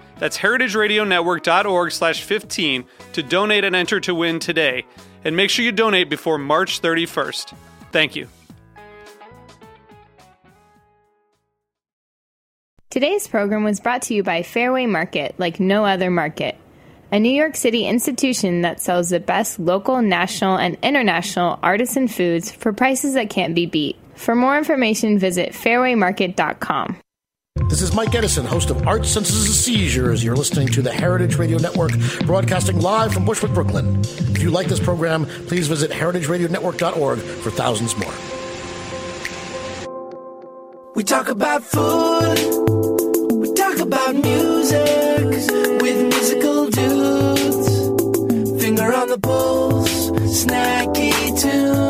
That's heritageradionetwork.org slash 15 to donate and enter to win today. And make sure you donate before March 31st. Thank you. Today's program was brought to you by Fairway Market, like no other market, a New York City institution that sells the best local, national, and international artisan foods for prices that can't be beat. For more information, visit fairwaymarket.com. This is Mike Edison, host of Art Senses a Seizure, as you're listening to the Heritage Radio Network, broadcasting live from Bushwick, Brooklyn. If you like this program, please visit heritageradionetwork.org for thousands more. We talk about food. We talk about music with musical dudes. Finger on the pulse, snacky tunes.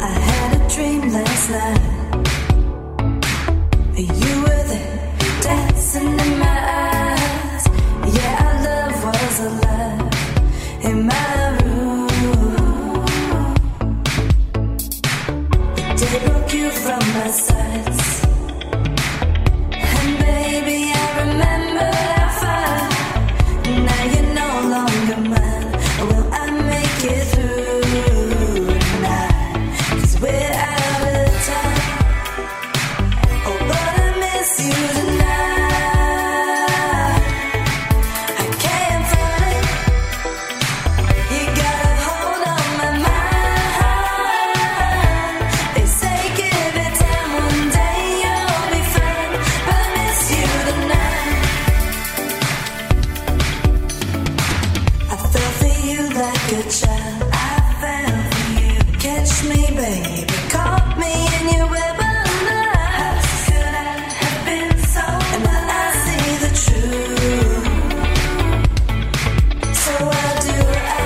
I had a dream last night. You were there, dancing in my eyes. Yeah, our love was alive in my room. The day broke you from my sights. And baby, I remember our fight. Now you're no longer mine. Will I make it through tonight? 'Cause we're out of time. Oh, but I miss you tonight. I can't fight it. You got a hold on my mind. They say give it time, one day you'll be fine. But I miss you tonight. I fell for you like a child. I fell for you. Catch me, baby. Caught me in your web of lies. Could I have been so? And now I see the truth. So why do I?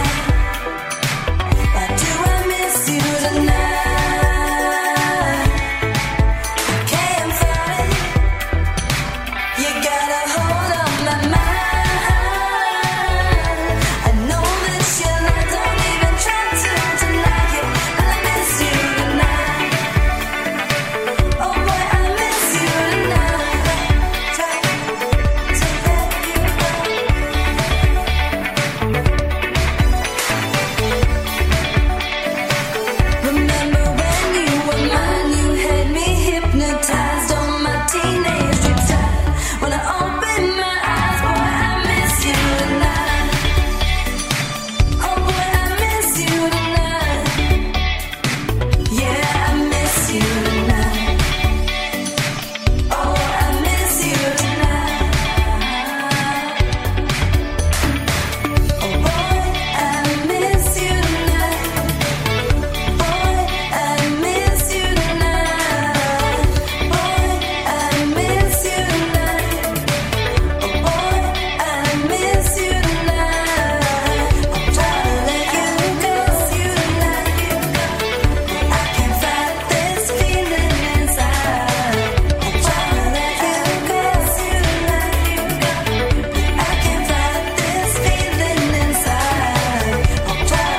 Why do I miss you tonight? I can't fight it. You got a hold on my mind. I know that you're not. Don't even try to deny it. I miss you tonight. Oh boy, I miss you tonight. Try to let you go. Remember when you were mine? You had me hypnotized on my teenage dreams. When I open my eyes, boy, I miss you tonight. Oh boy, I miss you tonight. Yeah, I miss you tonight. Oh, I miss you tonight. Oh boy, I miss you tonight. Boy, I miss you tonight. Boy, I miss you tonight. Oh boy, I miss you tonight. I'm trying to let you go, you tonight. I can't fight this feeling inside. I'm trying to let you go, you tonight. I can't fight this feeling inside. I'm trying to let you go, you tonight.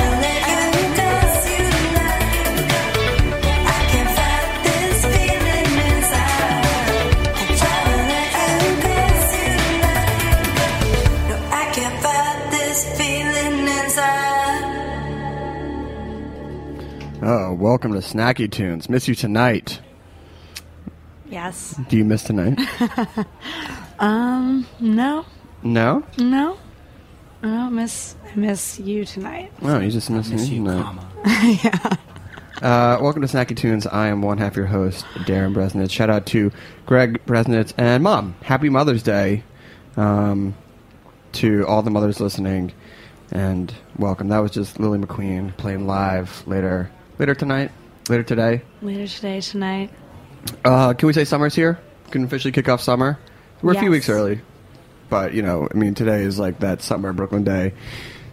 I can't fight this feeling inside. I'm trying to let you go, you tonight. No, I can't fight this feeling inside. Oh, welcome to Snacky Tunes. Miss you tonight. Yes. Do you miss tonight? No. no? No. I don't miss. I miss you tonight. No, Oh, you just missed me tonight. Uh, welcome to Snacky Tunes. I am one half your host, Darren Bresnitz. Shout out to Greg Bresnitz and Mom. Happy Mother's Day um, to all the mothers listening, and welcome. That was just Lily McQueen playing live later later tonight, later today. Later today, tonight. Uh, can we say summer's here? Can officially kick off summer. We're a few Yes. weeks early, but you know, I mean, today is like that summer Brooklyn day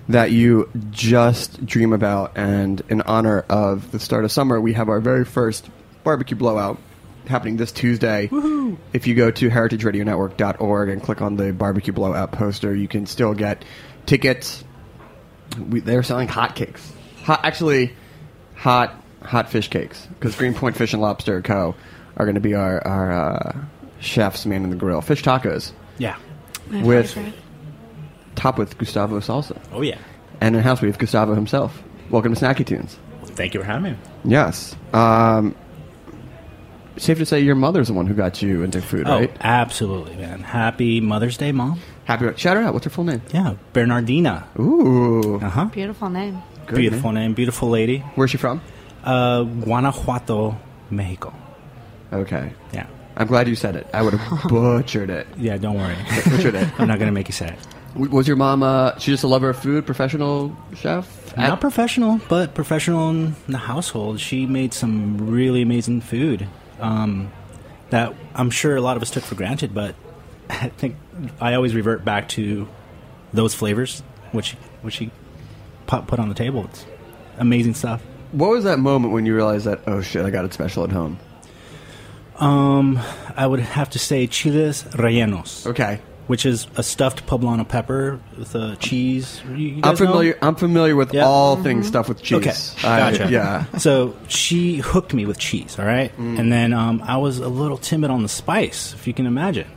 that you just dream about. And in honor of the start of summer, we have our very first barbecue blowout happening this Tuesday. If you go to heritageradionetwork.org and click on the barbecue blowout poster, you can still get tickets. We, they're selling hot cakes. Hot, actually, hot hot fish cakes because Greenpoint Fish and Lobster Co. are going to be our our uh, chefs man in the grill. Fish tacos Yeah. My With- favorite. topped with Gustavo salsa, Oh yeah. and in house we have Gustavo himself. Welcome to Snacky Tunes. Thank you for having me. Yes. Um, safe to say your mother's the one who got you into food, right? Oh, absolutely, man. Happy Mother's Day, Mom. Happy. Shout her out. What's her full name? Yeah, Bernardina. Ooh. Uh huh. Beautiful name. good Beautiful name. Beautiful lady. Where's she from? Uh, Guanajuato, Mexico. Okay. Yeah. I'm glad you said it. I would have butchered it. Yeah. Don't worry. Butchered it. I'm not gonna make you say it. W- Was your mom? Uh, she just a lover of food, professional chef. Not professional, but professional in the household. She made some really amazing food um, that I'm sure a lot of us took for granted, but I think I always revert back to those flavors, which, which she pu- put on the table. It's amazing stuff. What was that moment when you realized that, oh shit, I got it special at home? I would have to say chiles rellenos, Okay. which is a stuffed poblano pepper with a cheese. You- you I'm guys know? familiar I'm familiar with Yeah. all things stuff with cheese. Okay, I- gotcha. yeah. So she hooked me with cheese, all right? Mm. And then um, I was a little timid on the spice, if you can imagine.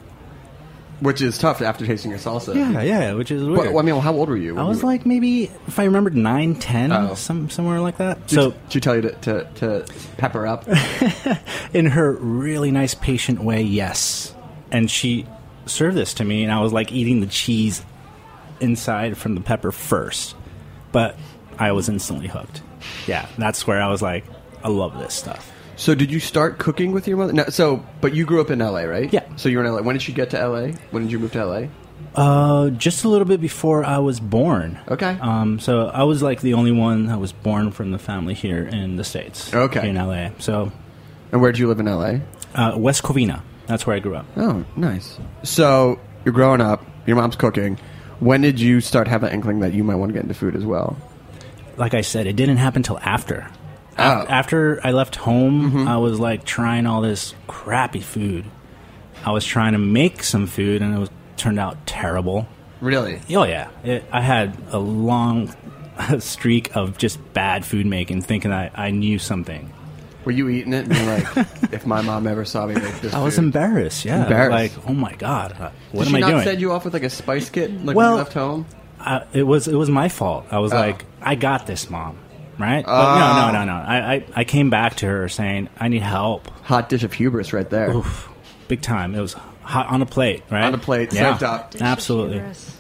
Which is tough after tasting your salsa. Yeah, yeah, which is But, weird. well, I mean, how old were you? I was like maybe, if I remembered, nine, ten, Oh. some, somewhere like that. Did, So did you tell you to, to, to pepper up? in her really nice, patient way, yes. And she served this to me, and I was like eating the cheese inside from the pepper first. But I was instantly hooked. Yeah, that's where I was like, I love this stuff. so, did you start cooking with your mother? No, so, but you grew up in LA, right? Yeah. So, you were in LA. When did you get to LA? When did you move to LA? Uh, just a little bit before I was born. Okay. Um, so I was like the only one that was born from the family here in the states. Okay. In LA, so And where did you live in LA? uh, West Covina. That's where I grew up. Oh, nice. So, you're growing up, your mom's cooking. When did you start having an inkling that you might want to get into food as well? Like I said, it didn't happen till after. Oh. Mm-hmm. After I left home, I was like trying all this crappy food. I was trying to make some food, and it was turned out terrible. Really? Oh yeah, it, I had a long streak of just bad food making, thinking I, I knew something. Were you eating it and you're like, if my mom ever saw me make this, I was food- embarrassed. Yeah, Embarrassed. like oh my god, uh, what Did she am I not doing? send you off with like a spice kit like when Well- you left home? I, it was it was my fault. I was Oh. like, I got this, mom. Right? But no, no, no, no. I, I I came back to her saying, I need help, Hot dish of hubris right there. big time. It was hot on a plate, right? On a plate, served up. Delicious absolutely. hubris.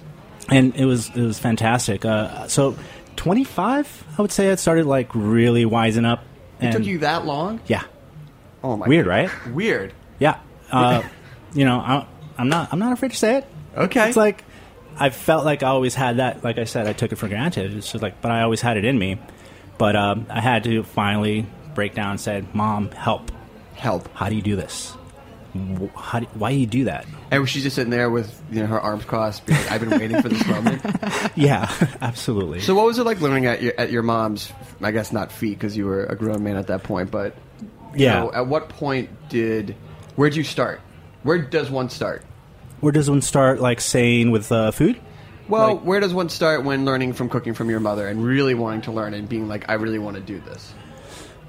And it was it was fantastic. Uh, so, twenty five, I would say, I started like really wising up. It And took you that long? Yeah, Oh my. Weird, right? Weird. yeah. Uh, you know, I, I'm not I'm not afraid to say it. Okay. It's like I felt like I always had that. Like I said, I took it for granted. It's just like, but I always had it in me. But um, I had to finally break down and said, "Mom, help! Help. How do you do this? Wh- How do, why do you do that?" And she's just sitting there with you know her arms crossed. being like, I've been waiting for this moment. yeah, absolutely. So what was it like learning at your at your mom's? I guess not feet because you were a grown man at that point. But you Yeah. know, at what point did where'd you start? Where does one start? Where does one start? Like saying with uh, food. Well, Like- where does one start when learning from cooking from your mother and really wanting to learn and being like, I really want to do this?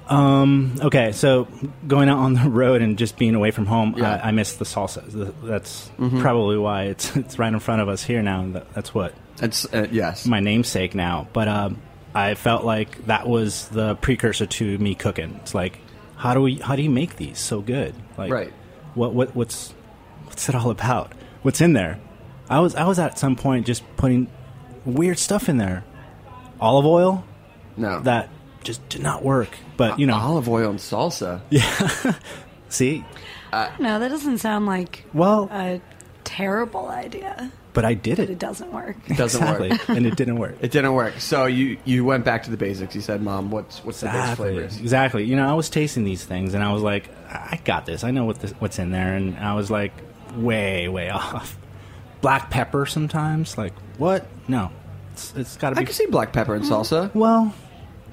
Um, okay, so going out on the road and just being away from home, Yeah. Mm-hmm. I, I miss the salsa. Th- That's probably why it's it's right in front of us here now. and th- That's what It's, uh, yes. my namesake now. But um, I felt like that was the precursor to me cooking. It's like, how do we? How do you make these so good? Like, Right. What what what's what's it all about? What's in there? I was I was at some point just putting weird stuff in there, olive oil No, Uh, that just did not work. But you know, olive oil and salsa. see, No, that doesn't sound like well, a terrible idea. but I did It it. doesn't work. doesn't exactly, work. and it didn't work. It didn't work. So you you went back to the basics. You said, "Mom, what's what's the Exactly. base flavors?" Exactly. You know, I was tasting these things, and I was like, I got this. I know what this, what's in there, and I was like, way, way off. Black pepper sometimes, like what? No, it's, it's got to I be. can see black pepper and salsa. well,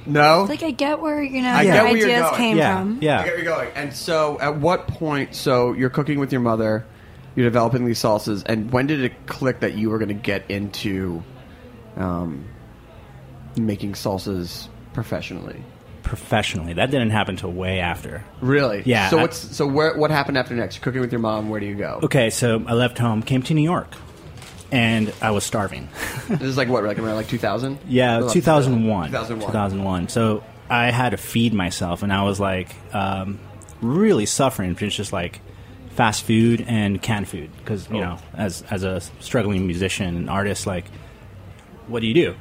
Mm. No, Like I get where you know I your get where you're ideas going. came yeah, from. I get where yeah. you're going. And so, at what point? So you're cooking with your mother. You're developing these salsas, and when did it click that you were going to get into um, making salsas professionally? Professionally, that didn't happen till way after. Really? Yeah, So I- what's so where what happened after next? You're cooking with your mom. Where do you go? Okay, so I left home, came to New York, and I was starving. This is like what? Like around like 2000? Yeah, Well, uh, 2001. 2001. 2001. So I had to feed myself, and I was like um, really suffering from just like fast food and canned food because Oh. you know, as as a struggling musician and artist, like what do you do?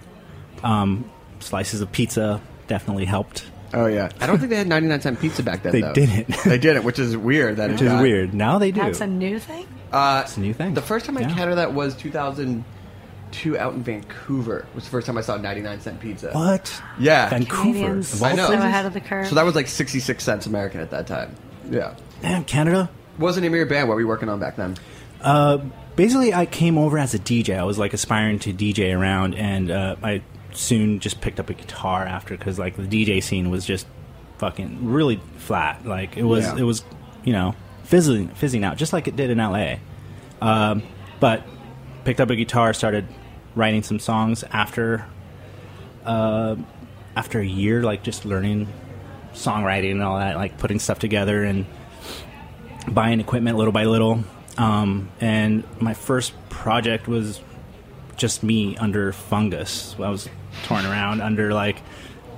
Um, slices of pizza definitely helped. Oh yeah. I don't think they had 99 cent pizza back then. They though. didn't. they didn't, which is weird. That Which is weird. Now they do. That's a new thing. Uh, a new thing. The first time I Yeah. encountered that was 2002 out in Vancouver. Was the first time I saw 99 cent pizza. what? Yeah. Vancouver. Canadians Of so all I know. ahead of the curve. So that was like 66 cents American at that time. Yeah. Damn, Canada. What was the name of your band? What were you working on back then? basically i came over as a dj i was like aspiring to dj around and uh, i soon just picked up a guitar after because like the dj scene was just fucking really flat like it was Yeah. it was you know fizzling fizzing out just like it did in la um, but picked up a guitar started writing some songs after uh, after a year like just learning songwriting and all that like putting stuff together and buying equipment little by little. Um, and my first project was just me under fungus. I was torn around under like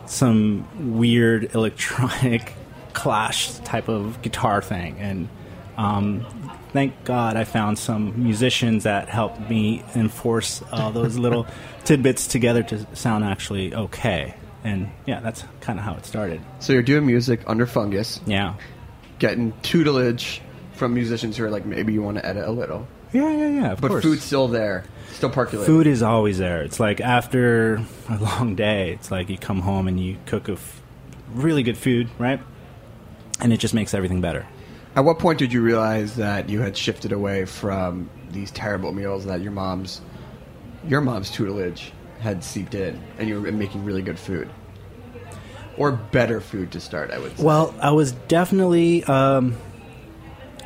some weird electronic clash type of guitar thing. And um, thank God I found some musicians that helped me enforce all those little tidbits together to sound actually okay. And yeah, that's kind of how it started. So you're doing music under fungus, Yeah. getting tutelage from musicians who are like, maybe you want to edit a little. Yeah, yeah, yeah. Of But course. food's still there, still percolating. Food is always there. It's like after a long day, it's like you come home and you cook a f- really good food, right? And it just makes everything better. At what point did you realize that you had shifted away from these terrible meals that your mom's your mom's tutelage had seeped in, and you were making really good food, or better food to start? I would. Say. Well, I was definitely um,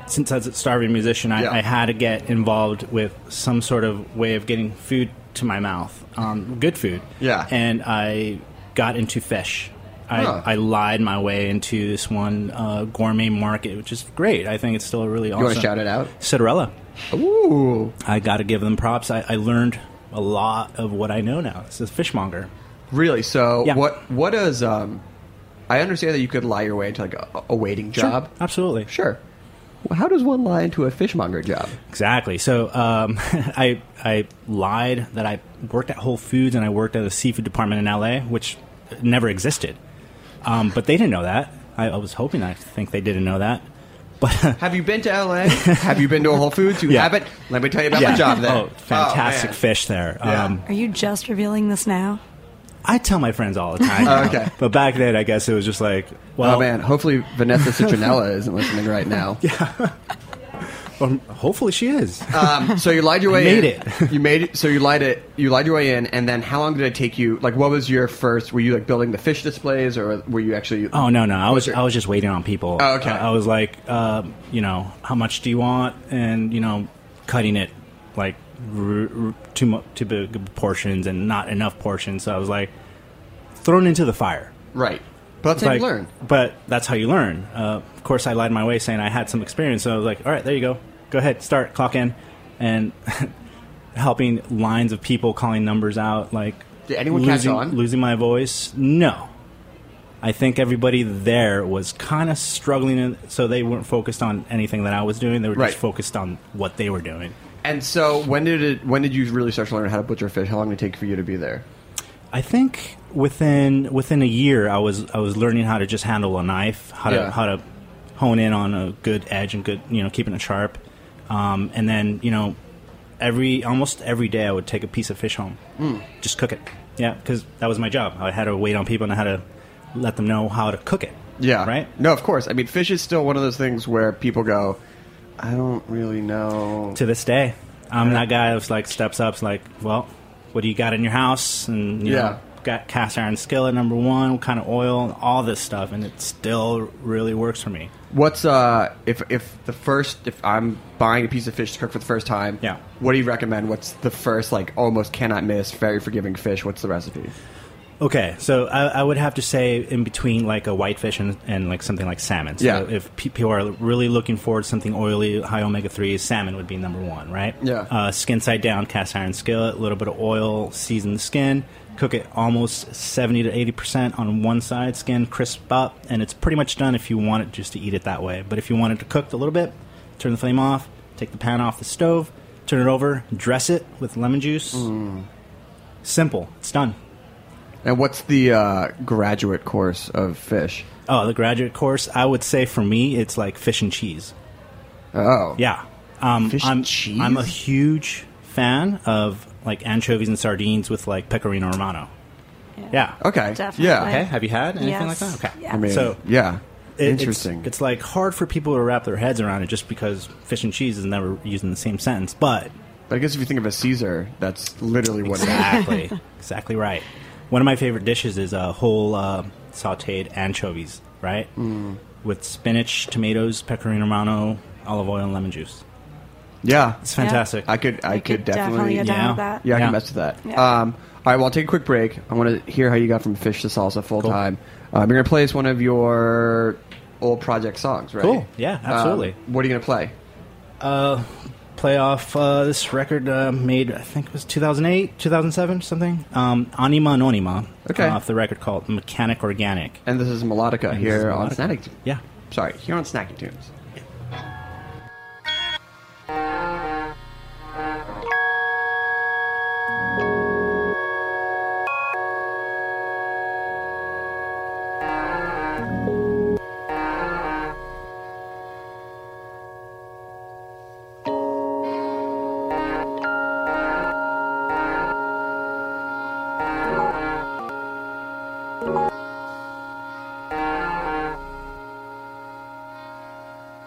since I was a starving musician, I, Yeah. I had to get involved with some sort of way of getting food to my mouth, um, good food. Yeah. and I got into fish. I, Huh. I lied my way into this one uh, gourmet market, which is great. I think it's still a really awesome. wanna shout it out? Citarella. Ooh, I got to give them props. I, I learned a lot of what I know now. It's a fishmonger. really? So Yeah. what? What does? Um, I understand that you could lie your way into like a, a waiting job. Absolutely. Sure. Well, How does one lie into a fishmonger job? Exactly. So um, I I lied that I worked at Whole Foods and I worked at a seafood department in LA, which never existed. Um, but they didn't know that. I, I was hoping I think they didn't know that. But Have you been to LA? Have you been to a Whole Foods? You Yeah. haven't. Let me tell you about my job there. Oh, fantastic man. fish there. Yeah. Um, Are you just revealing this now? I tell my friends all the time. now. Oh, Okay. But back then, I guess it was just like, well, oh man, hopefully Vanessa Citronella isn't listening right now. um, hopefully she is. Um, so you lied your way made in. it. you made it. So you lied it. You lied your way in, and then how long did it take you? Like, what was your first? Were you like building the fish displays, or were you actually? Oh no no! I was Okay. I was just waiting on people. Oh, okay. Uh, I was like, uh, you know, how much do you want? And you know, cutting it like r- r- too much, too big of portions, and not enough portions. So I was like, thrown into the fire. right. But that's how you Like, learn. But that's how you learn. Uh, of course, I lied my way, saying I had some experience. So I was like, all right, there you go. Go ahead, start, clock in, and helping lines of people calling numbers out, like Did anyone catch losing, on? losing my voice? No. I think everybody there was kind of struggling, in- so they weren't focused on anything that I was doing. They were Right. just focused on what they were doing. And so, when did it? When did you really start to learn how to butcher fish? How long did it take for you to be there? I think within within a year, I was I was learning how to just handle a knife, how Yeah. to how to hone in on a good edge and good you know keeping it sharp, um, and then you know every almost every day I would take a piece of fish home, Hmm. just cook it, yeah, because that was my job. I had to wait on people and I had to let them know how to cook it. Yeah. right. No, of course. I mean, fish is still one of those things where people go, I don't really know. To this day, I'm that guy who's like steps up, is like, well, what do you got in your house? And you Yeah. know, got cast iron skillet number one, what kind of oil, and all this stuff, and it still really works for me. What's uh if if the first if I'm buying a piece of fish to cook for the first time, Yeah. What do you recommend? What's the first like almost cannot miss, very forgiving fish? What's the recipe? Okay, so I, I would have to say in between like a whitefish and, and like something like salmon. So Yeah. if pe- people are really looking forward to something oily, high omega 3, salmon would be number one, right? Yeah. Uh, skin side down, cast iron skillet, a little bit of oil, season the skin, cook it almost 70 to 80% on one side, skin crisp up, and it's pretty much done if you want it just to eat it that way. But if you want it to cook a little bit, turn the flame off, take the pan off the stove, turn it over, dress it with lemon juice. Mm. Simple, it's done. And what's the uh, graduate course of fish? Oh, the graduate course. I would say for me, it's like fish and cheese. Oh, Yeah, um, Fish and I'm, cheese? I'm a huge fan of like anchovies and sardines with like pecorino romano. Yeah. Okay. Definitely. Yeah. Okay. Have you had anything Yes. like that? Okay. Yeah. I mean, So- yeah, It- it's- interesting. It's, like hard for people to wrap their heads around it just because fish and cheese is never used in the same sentence. But but I guess if you think of a Caesar, that's literally what it is. exactly, exactly right. One of my favorite dishes is a whole uh, sautéed anchovies, right? Hmm. Mm. With spinach, tomatoes, pecorino romano, olive oil, and lemon juice. Yeah, It's fantastic. I could, I You could, definitely, definitely get yeah, Oh, down yeah. with that. I Yeah. can mess with that. Yeah. Um, all right, well, I'll take a quick break. I want to hear how you got from fish to salsa full time. Um, you're gonna play us one of your old project songs, right? Cool. Yeah, Um, absolutely. what are you gonna play? play off uh, this record uh, made, I think it was 2008, 2007, something. Um, Anima Anonima. uh, Okay. Off the record called Mechanic Organic. And this is melodica And this here is on melodica. Snacky. Yeah. Sorry, here on Snacky Tunes. Thank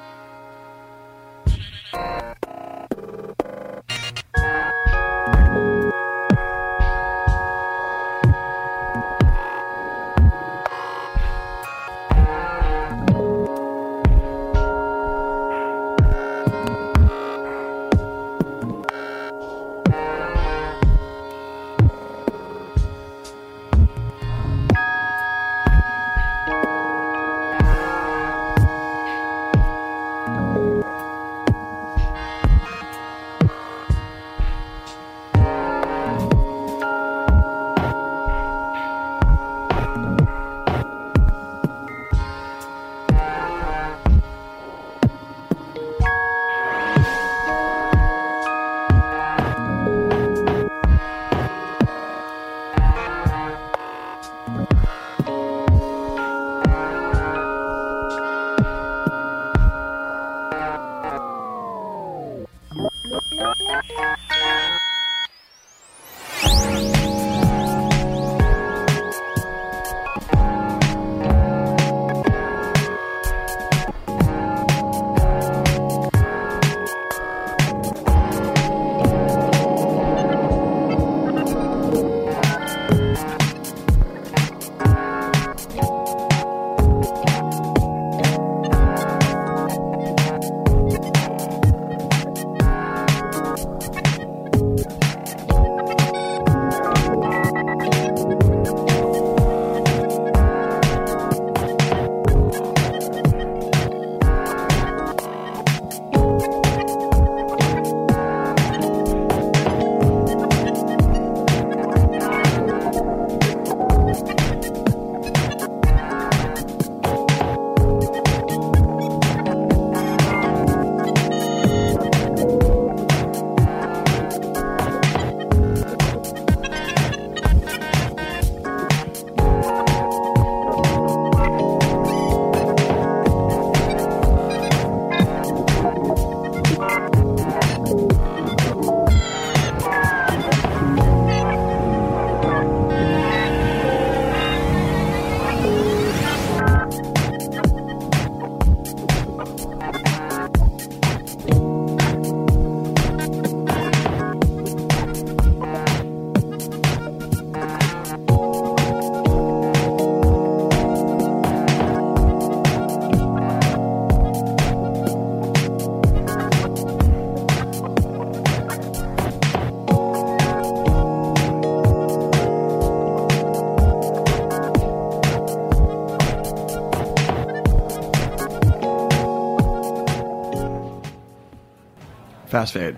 Fast fade.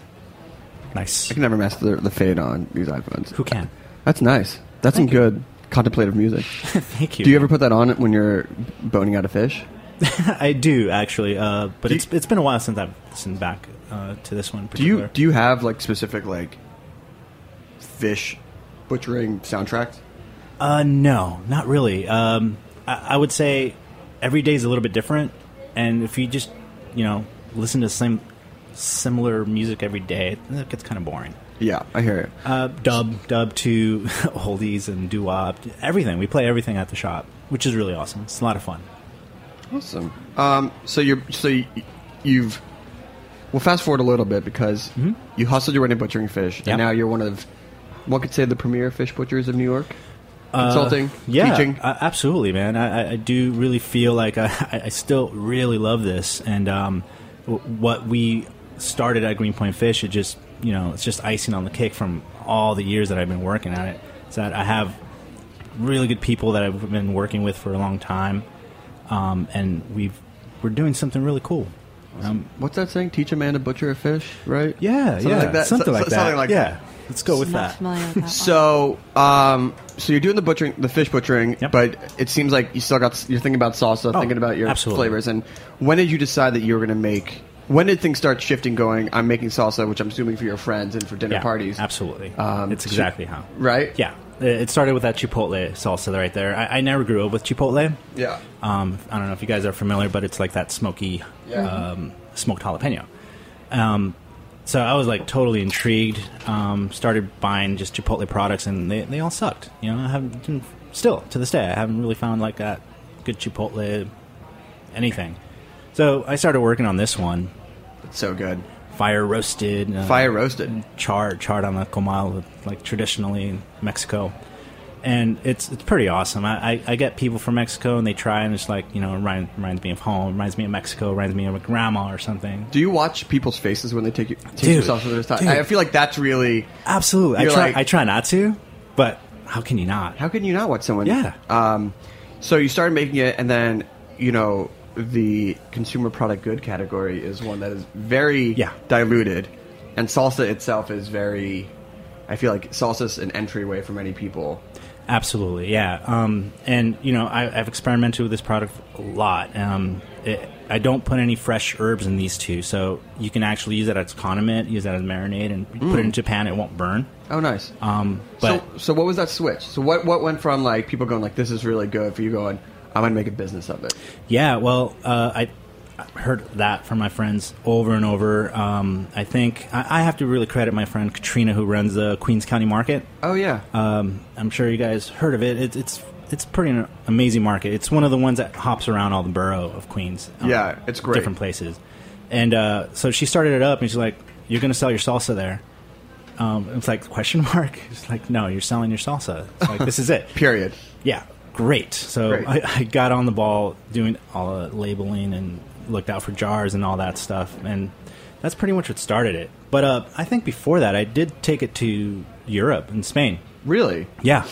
Nice. I can never mess the, the fade on these iPhones. Who can? That's nice. That's some good contemplative music. Thank you. Do you ever put that on when you're boning out a fish? I do actually, uh, but Do you- it's it's been a while since I've listened back uh, to this one. in Do you particular. do you have like specific like fish butchering soundtracks? Uh, no, not really. Um, I, I would say every day is a little bit different, and if you just you know listen to same similar music every day, it gets kind of boring. Yeah, I hear it. Uh, dub, dub to oldies and doo wop, everything. We play everything at the shop, which is really awesome. It's a lot of fun. Awesome. Um, so you're so you, you've well fast forward a little bit because Mm-hmm. you hustled your way into butchering fish, Yep. and now you're one of one could say the premier fish butchers of New York. Consulting, Uh, Yeah, teaching. a- absolutely, man. I, I- I do really feel like I, I- I still really love this, and um, w- what we started at Greenpoint Fish, it just you know, it's just icing on the cake from all the years that I've been working at it. It's that I have really good people that I've been working with for a long time, um, and we've we're doing something really cool. Um, What's that saying? Teach a man to butcher a fish, right? yeah, Something yeah, like that. something So- like so- that. something like yeah, that. let's go with I'm that. not familiar with that. one. So, um, so you're doing the butchering, the fish butchering, Yep. but it seems like you still got you're thinking about salsa, Oh, thinking about your absolutely. flavors. And when did you decide that you were going to make? When did things start shifting? Going, I'm making salsa, which I'm assuming for your friends and for dinner yeah, parties. Absolutely, Um, it's chi- exactly how. right? Yeah, it started with that chipotle salsa right there. I, I never grew up with chipotle. Yeah. Um, I don't know if you guys are familiar, but it's like that smoky, Yeah. um, smoked jalapeno. Um, so I was like totally intrigued. Um, started buying just Chipotle products, and they, they all sucked. You know, I haven't didn't- still to this day I haven't really found like that good Chipotle anything. So I started working on this one, It's so good. fire roasted, uh, Fire roasted. charred, charred on the comal, like traditionally in Mexico. And it's it's pretty awesome. I, I, I get people from Mexico and they try and it's like you know remind, reminds me of home, reminds me of Mexico, reminds me of my grandma or something. Do you watch people's faces when they take you take Dude, your salsa to their side? dude. I feel like that's really. Absolutely, I You're try like- I try not to, but how can you not? How can you not watch someone? Yeah. Um, so you started making it, and then you know the consumer product good category is one that is very Yeah. diluted, and salsa itself is very. I feel like salsa is an entryway for many people. Absolutely, yeah. Um, and you know, I, I've experimented with this product a lot. Um, it, I don't put any fresh herbs in these two, so you can actually use that as condiment, use that as marinade, and put it in Japan. It won't burn. Oh, nice. Um, but Mm. so, so what was that switch? So what what went from like people going like this is really good for you going I'm gonna make a business of it. Yeah, well, uh, I I heard that from my friends over and over. Um, I think I, I have to really credit my friend Katrina, who runs the Queens County Market. Oh yeah. Um, I'm sure you guys heard of it. It's it's it's pretty an amazing market. It's one of the ones that hops around all the borough of Queens. um, Yeah, it's great. Different places, and uh, so she started it up, and she's like, "You're going to sell your salsa there." Um, it's like question mark. It's like, no, you're selling your salsa. It's like this is it. Period. Yeah, great. So Great. I, I got on the ball doing all the labeling and looked out for jars and all that stuff, and that's pretty much what started it. But uh, I think before that, I did take it to Europe and Spain. Really? Yeah,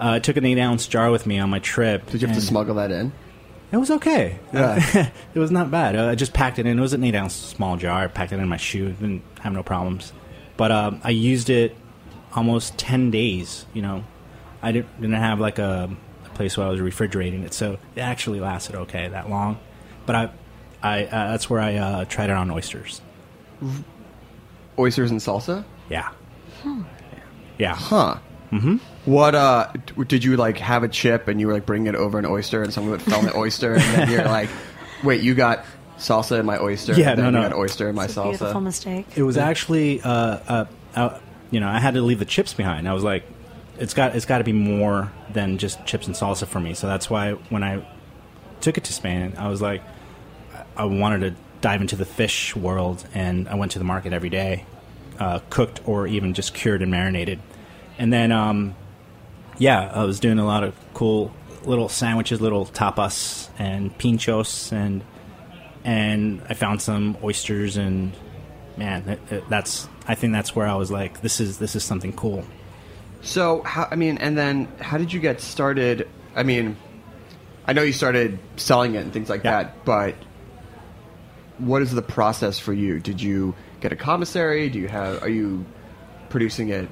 uh, I took an eight ounce jar with me on my trip. Did you have and Uh, to smuggle that in? It was okay. Yeah. it was not bad. Uh, I just packed it in. It was an eight ounce small jar. I packed it in my shoe. Didn't have no problems. But um, I used it almost ten days. You know, I didn't, didn't have like a, a place where I was refrigerating it, so it actually lasted okay that long. But I, I uh, that's where I uh, tried it on oysters. Oysters and salsa? Yeah. Yeah. Huh. Mm-hmm. What uh d- did you like have a chip and you were like bringing it over an oyster and someone would fell in the oyster and then you're like, wait, you got salsa in my oyster? Yeah, and then no, you no. got oyster in my It's a beautiful salsa. mistake. It was actually, uh, uh, uh, you know, I had to leave the chips behind. I was like, it's got it's got to be more than just chips and salsa for me. So that's why when I took it to Spain, I was like, I- I wanted to dive into the fish world, and I went to the market every day, uh, cooked or even just cured and marinated, and then. Um, yeah, I was doing a lot of cool little sandwiches, little tapas and pinchos, and and I found some oysters, and man, that- that, that's I think that's where I was like, this is this is something cool. So how I mean, and then how did you get started? I mean, I know you started selling it and things like Yeah. that, but what is the process for you? Did you get a commissary? Do you have? Are you producing it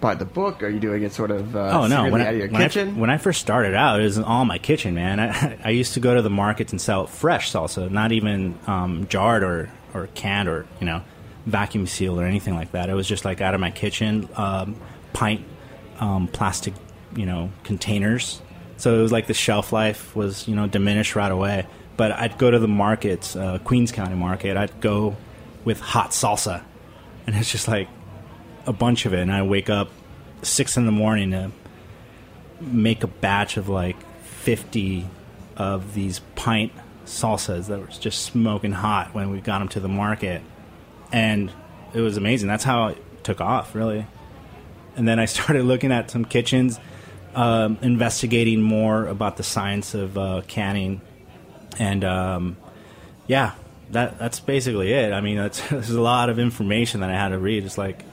by the book? Are you doing it sort of? Uh, oh no! secretly When out I, of your when, I, kitchen. when I first started out, it was all my kitchen, man. I, I used to go to the markets and sell fresh salsa, not even um, jarred or, or canned or you know vacuum sealed or anything like that. It was just like out of my kitchen, um, pint um, plastic, you know, containers. So it was like the shelf life was you know diminished right away. But I'd go to the markets, uh, Queens County Market. I'd go with hot salsa, and it's just like a bunch of it, and I wake up six in the morning to make a batch of like fifty of these pint salsas that were just smoking hot when we got them to the market, and it was amazing. That's how it took off, really. And then I started looking at some kitchens, um, investigating more about the science of uh, canning, and um, yeah, that that's basically it. I mean, that's, there's a lot of information that I had to read. It's like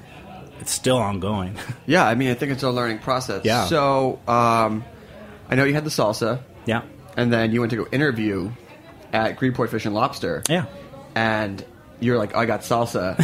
it's still ongoing. yeah, I mean, I think it's a learning process. Yeah. So um, I know you had the salsa. yeah, and then you went to go interview at Greenport Fish and Lobster. yeah, And you're like, "Oh, I got salsa.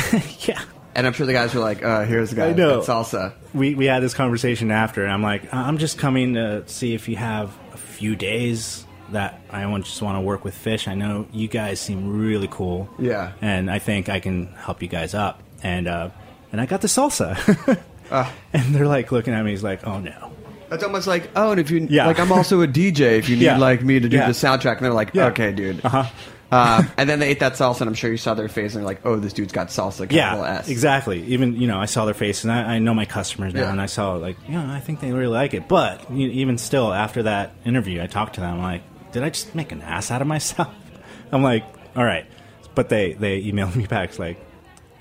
yeah. and I'm sure the guys were like, uh, here's the guy I that know. got salsa. We we had this conversation after, and I'm like, "I- I'm just coming to see if you have a few days that I want, just want to work with fish. I know you guys seem really cool. Yeah. and I think I can help you guys up. And uh, and I got the salsa. Ah. And they're like looking at me. He's like, "Oh no, That's almost like, oh, and if you Yeah. like, I'm also a DJ. If you need Yeah. like me to do Yeah. the soundtrack, and they're like, Yeah. okay, dude. Uh-huh. um, and then they ate that salsa, and I'm sure you saw their face, and they're like, oh, this dude's got salsa. Capital yeah, S. exactly. Even you know, I saw their face, and I, I know my customers now, Yeah. and I saw like, yeah, I think they really like it. But you know, even still, after that interview, I talked to them. I'm like, did I just make an ass out of myself? I'm like, all right. But they they emailed me back it's like,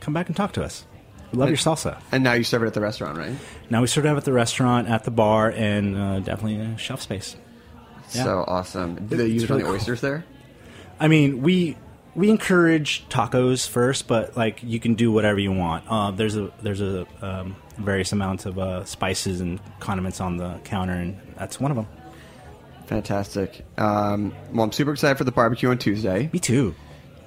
come back and talk to us. We love your salsa. And now you serve it at the restaurant, right? Now we serve it at the restaurant, at the bar, and uh, definitely a shelf space. Yeah. So awesome. Do they It's use it on really the cool. oysters there? I mean, we we encourage tacos first, but like you can do whatever you want. Uh, there's a there's a um, various amounts of uh, spices and condiments on the counter, and that's one of them. Fantastic. Um, well, I'm super excited for the barbecue on Tuesday. Me too.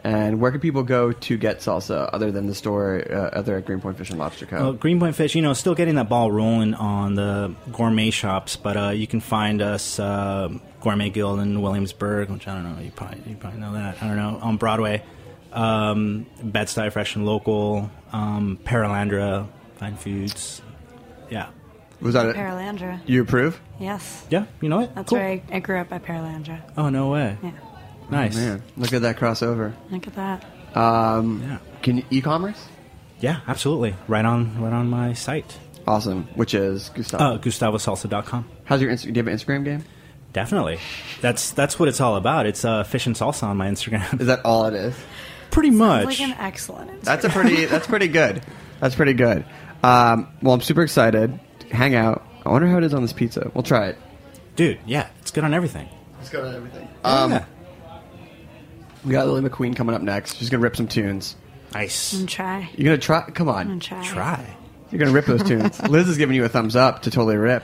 And where can people go to get salsa other than the store, uh, other at Greenpoint Fish and Lobster Co. Uh, Greenpoint Fish, you know, still getting that ball rolling on the gourmet shops, but uh, you can find us uh, Gourmet Guild in Williamsburg, which I don't know. You probably you probably know that. I don't know on Broadway, um, Bed Stuy Fresh and Local, um, Paralandra Fine Foods. Yeah, Was that it? Paralandra. You approve? Yes. yeah. You know it. That's Cool. where I, I grew up at Paralandra. Oh no way! Yeah. Nice. Oh, Man, look at that crossover. Look at that. Yeah. Can you e-commerce? Yeah, absolutely. Right on, right on my site, Awesome. Which is Gustavo. uh, GustavoSalsa.com. How's your Insta- do you have an Instagram game? Definitely. That's that's what it's all about. It's uh, fish and salsa on my Instagram. Is that all it is? Pretty Like much. an excellent. That's a pretty. that's pretty good. That's pretty good. Um, well, I'm super excited. Hang out. I wonder how it is on this pizza. We'll try it. Dude, yeah, it's good on everything. Let's go to everything. Um, Yeah. We got Lily McQueen coming up next. She's gonna rip some tunes. Nice. And try. You're gonna try? Come And on. try. Try. You're gonna rip those tunes. Liz is giving you a thumbs up to totally rip.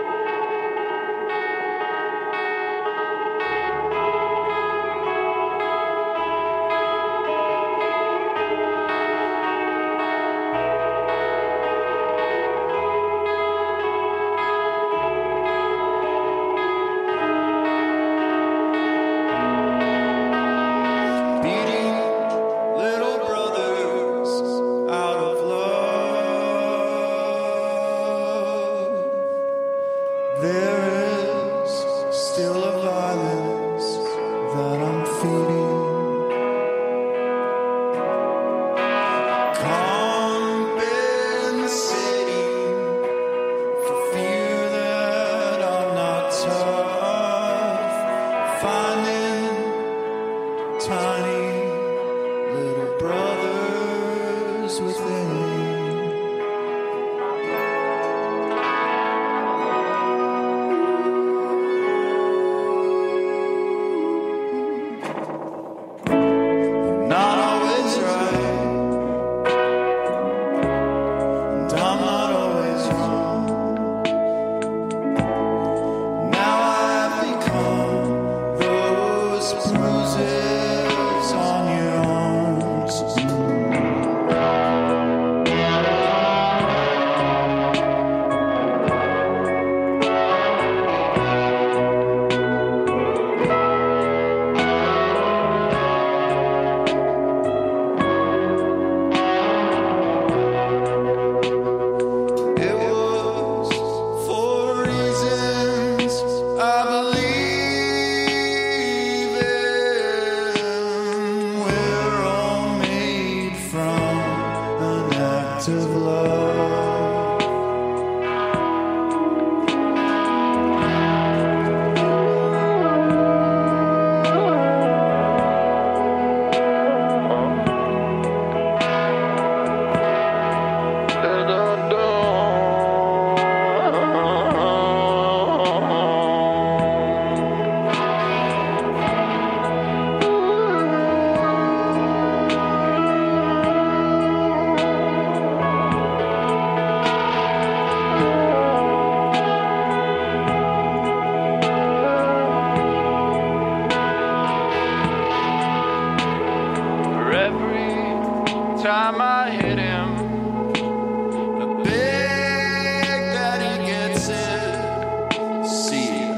Thank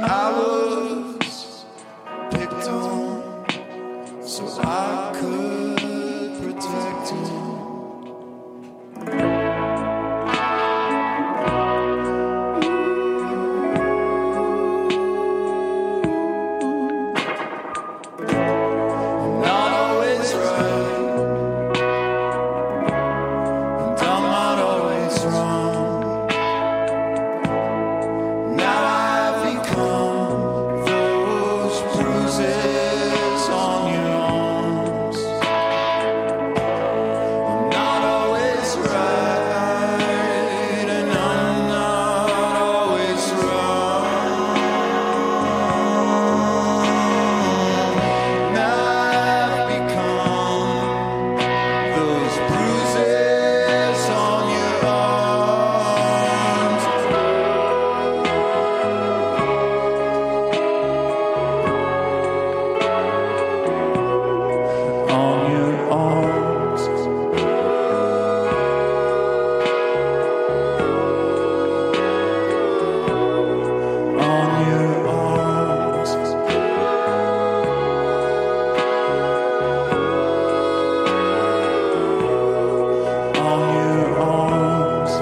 I was picked on so I could protect him. Not always right, and I'm not always wrong. Now I've become those bruises on your arms. I'm not always right, and I'm not always wrong. Now I've become those bruises on your arms. on your arms. On your arms. On your arms.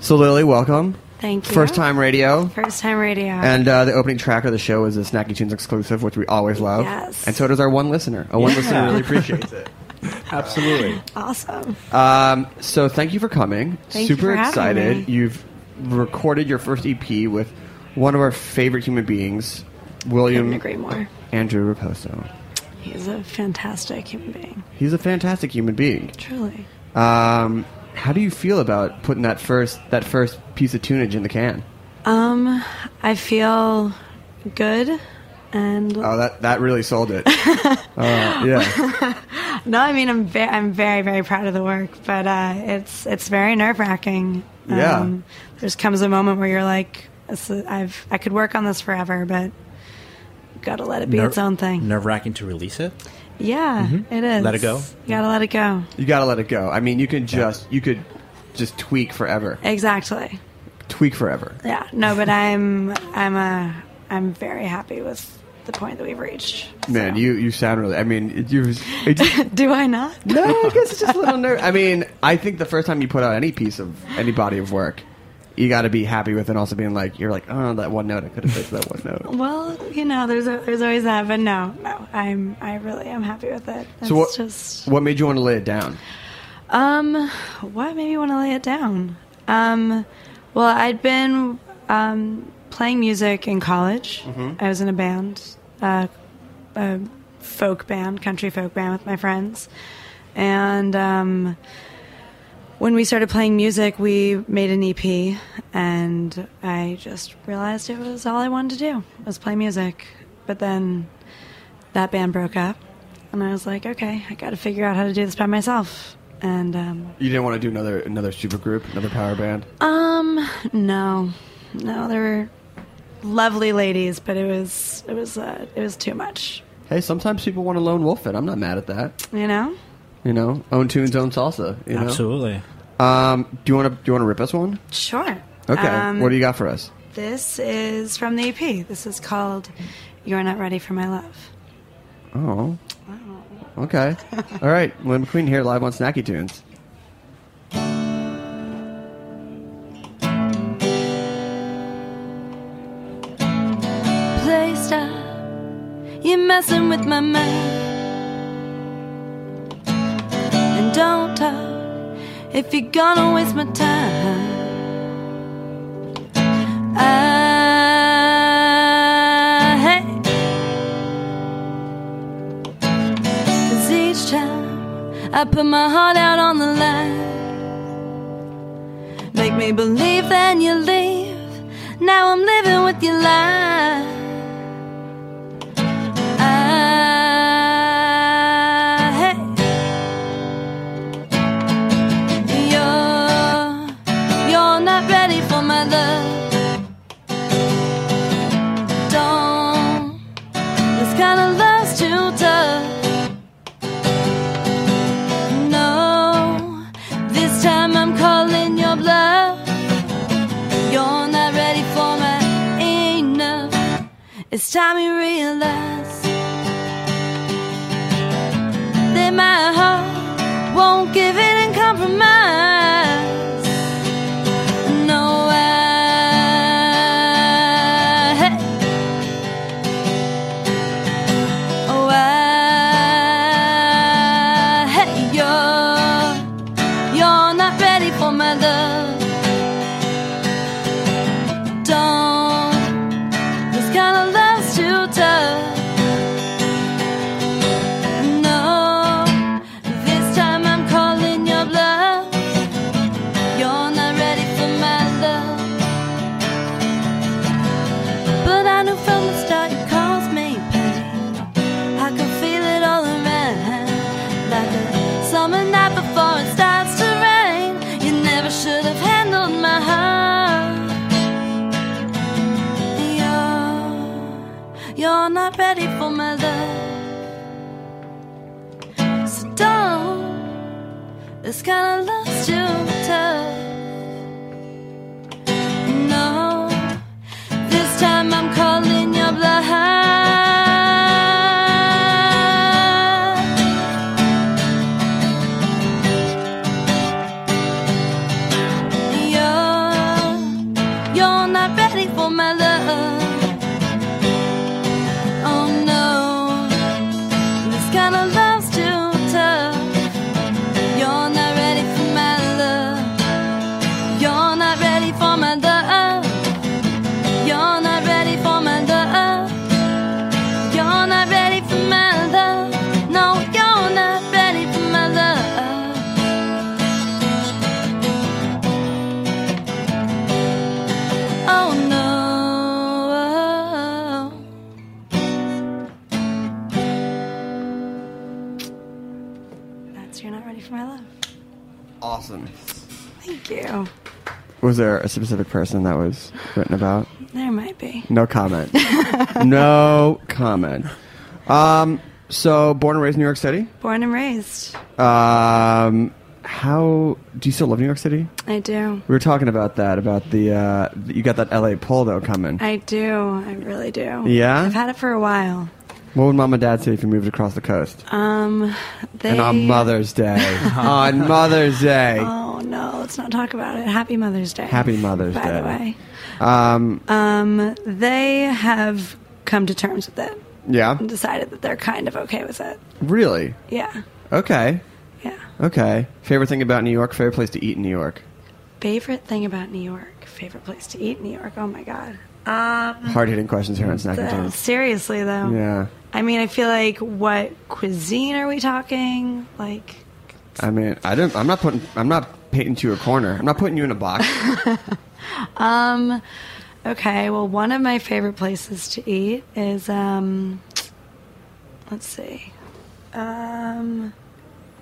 So Lily, welcome. Thank you. First time radio. First time radio. And uh, the opening track of the show is a Snacky Tunes exclusive, which we always love. Yes. And so does our one listener. A one listener really appreciates it. Absolutely. awesome. Um, so thank you for coming. Thank you Super for having excited. me. You've recorded your first EP with one of our favorite human beings, Couldn't William agree more. Andrew Raposo. He's a fantastic human being. He's a fantastic human being. Truly. Um, how do you feel about putting that first that first piece of tunage in the can? Um, I feel good, and Oh, that that really sold it. uh, yeah, no, I mean I'm ve- I'm very very proud of the work, but uh, it's it's very nerve wracking. Yeah. There's comes a moment where you're like, this is- I've I could work on this forever, but gotta let it be its own thing. Nerve wracking to release it. Yeah, it is. Let it go. You gotta let it go. you gotta let it go. I mean, you can just you could just tweak forever, Exactly. tweak forever. Yeah. No, but I'm I'm a I'm very happy with the point that we've reached. Man, So- you you sound really. I mean, it- you. It, do I not? no, I guess it's just a little nerve. I mean, I think the first time you put out any piece of any body of work, you got to be happy with, and also being like, you're like, oh, that one note, I could have fixed that one note. Well, you know, there's a, there's always that, but no, no, I'm I really am happy with it. It's So what? just What made you want to lay it down? um, what made me want to lay it down? Um, well, I'd been um playing music in college. I was in a band, uh, a folk band, country folk band with my friends, and um. When we started playing music, we made an EP, and I just realized it was all I wanted to do was play music. But then that band broke up, and I was like, okay, I got to figure out how to do this by myself. And um, You didn't want to do another another super group, another power band. um, no, no, they were lovely ladies, but it was it was uh, it was too much, Hey, sometimes people want to lone wolf it. I'm not mad at that. you know. You know, own tunes, own salsa. You know? Absolutely. Um, do you want to do you want to rip us one? Sure. Okay. Um, what do you got for us? This is from the EP. This is called "You're Not Ready for My Love." Oh. Okay. All right. Lynn McQueen here, live on Snacky Tunes. Play stop. You're messing with my mind. And don't talk if you're gonna waste my time. I hate. Cause each time I put my heart out on the line, make me believe then you leave. Now I'm living with your lie. I hate It's time you realize that my heart won't give in and compromise. No, I. Oh, I. You're, you're not ready for my love. Don't. This kind of love's too tough. No, this time I'm calling your bluff. You're not ready for my love. But I knew from the start you caused me pain. I could feel it all around. Like a summer night before it starts to rain. You never should have handled my heart. You're, you're not ready for my love. So don't, this kind of love's too tough. No, this time I'm calling your bluff. You're, you're not ready for my love. Oh no, this kind of love's too tough. You're not ready for my love. You're not ready for my love. You're not ready for my love. You're not ready for my love. No, you're not ready for my love. Oh no. That's You're Not Ready for My Love. Awesome. Thank you. Was there a specific person that was written about? There might be. No comment. no comment. Um, so, born and raised in New York City. Born and raised. Um, how do you still love New York City? I do. We were talking about that. About the uh, you got that LA poll though coming. I do. I really do. Yeah? I've had it for a while. What would mom and dad say if you moved across the coast? Um, they. and on Mother's Day, on Mother's Day, Oh no, let's not talk about it. Happy Mother's Day. Happy Mother's By Day. the way, um, um, they have come to terms with it yeah, and decided that they're kind of okay with it. really, Yeah, okay, yeah. okay. Favorite thing about New York? Favorite place to eat in New York? Favorite thing about New York? Favorite place to eat in New York? Oh my god. Uh-huh. Hard hitting questions here on Snack and Jones. Seriously though. Yeah, I mean, I feel like what cuisine are we talking? Like, I mean, I don't. I'm not putting. I'm not painting you a corner. I'm not putting you in a box. um, okay, well, one of my favorite places to eat is, um, let's see. Um,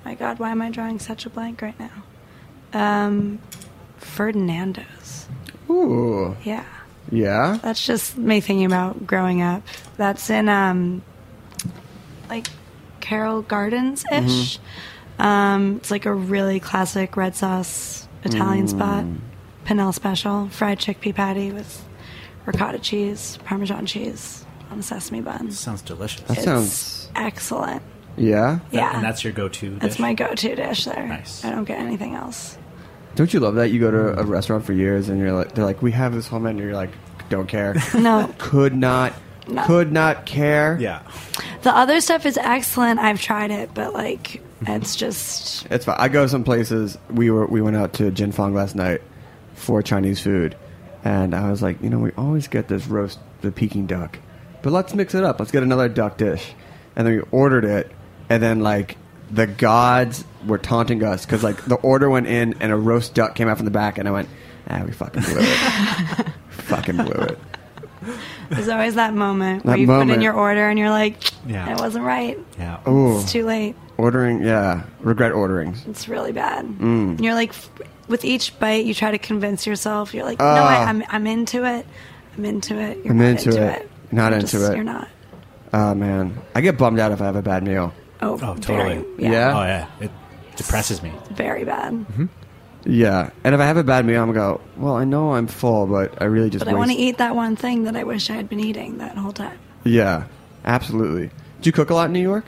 my God, why am I drawing such a blank right now? Um, Ferdinando's. Ooh, Yeah. yeah. That's just me thinking about growing up. That's in um, like Carroll Gardens ish. Mm-hmm. Um, it's like a really classic red sauce Mm. Italian spot. Pinnell special, fried chickpea patty with ricotta cheese, Parmesan cheese on a sesame bun. Sounds delicious. That It's sounds. excellent. Yeah. That- yeah. and that's your go-to. Dish. That's my go-to dish there. Nice. I don't get anything else. Don't you love that? You go to a restaurant for years and you're like, they're like, we have this whole menu. You're like, don't care. No, could not, No. could not care. Yeah. the other stuff is excellent. I've tried it, but like, Mm-hmm. it's just It's fine. I go some places. We were we went out to Jin Fong last night for Chinese food, and I was like, you know, we always get this roast the Peking duck, but let's mix it up. Let's get another duck dish, and then we ordered it, and then like the gods were taunting us because like the order went in and a roast duck came out from the back, and I went, ah, we fucking blew it, fucking blew it. There's always that moment where That you put moment. in your order and you're like, Yeah. it wasn't right. Yeah. Ooh, It's too late. ordering, yeah, regret ordering. It's really bad. Mm. And you're like, f- with each bite, you try to convince yourself. You're like, no, Ah. I, I'm, I'm into it. I'm into it. You're I'm not into it. Not You're into just- it. You're not. Oh man, I get bummed out if I have a bad meal. Oh, Oh, very- totally. yeah, Yeah. Oh yeah. It depresses me. Very bad. Mhm. Yeah, and if I have a bad meal, I'm gonna go. Well, I know I'm full, but I really just. But I want to waste- eat that one thing that I wish I had been eating that whole time. Yeah, absolutely. Do you cook a lot in New York?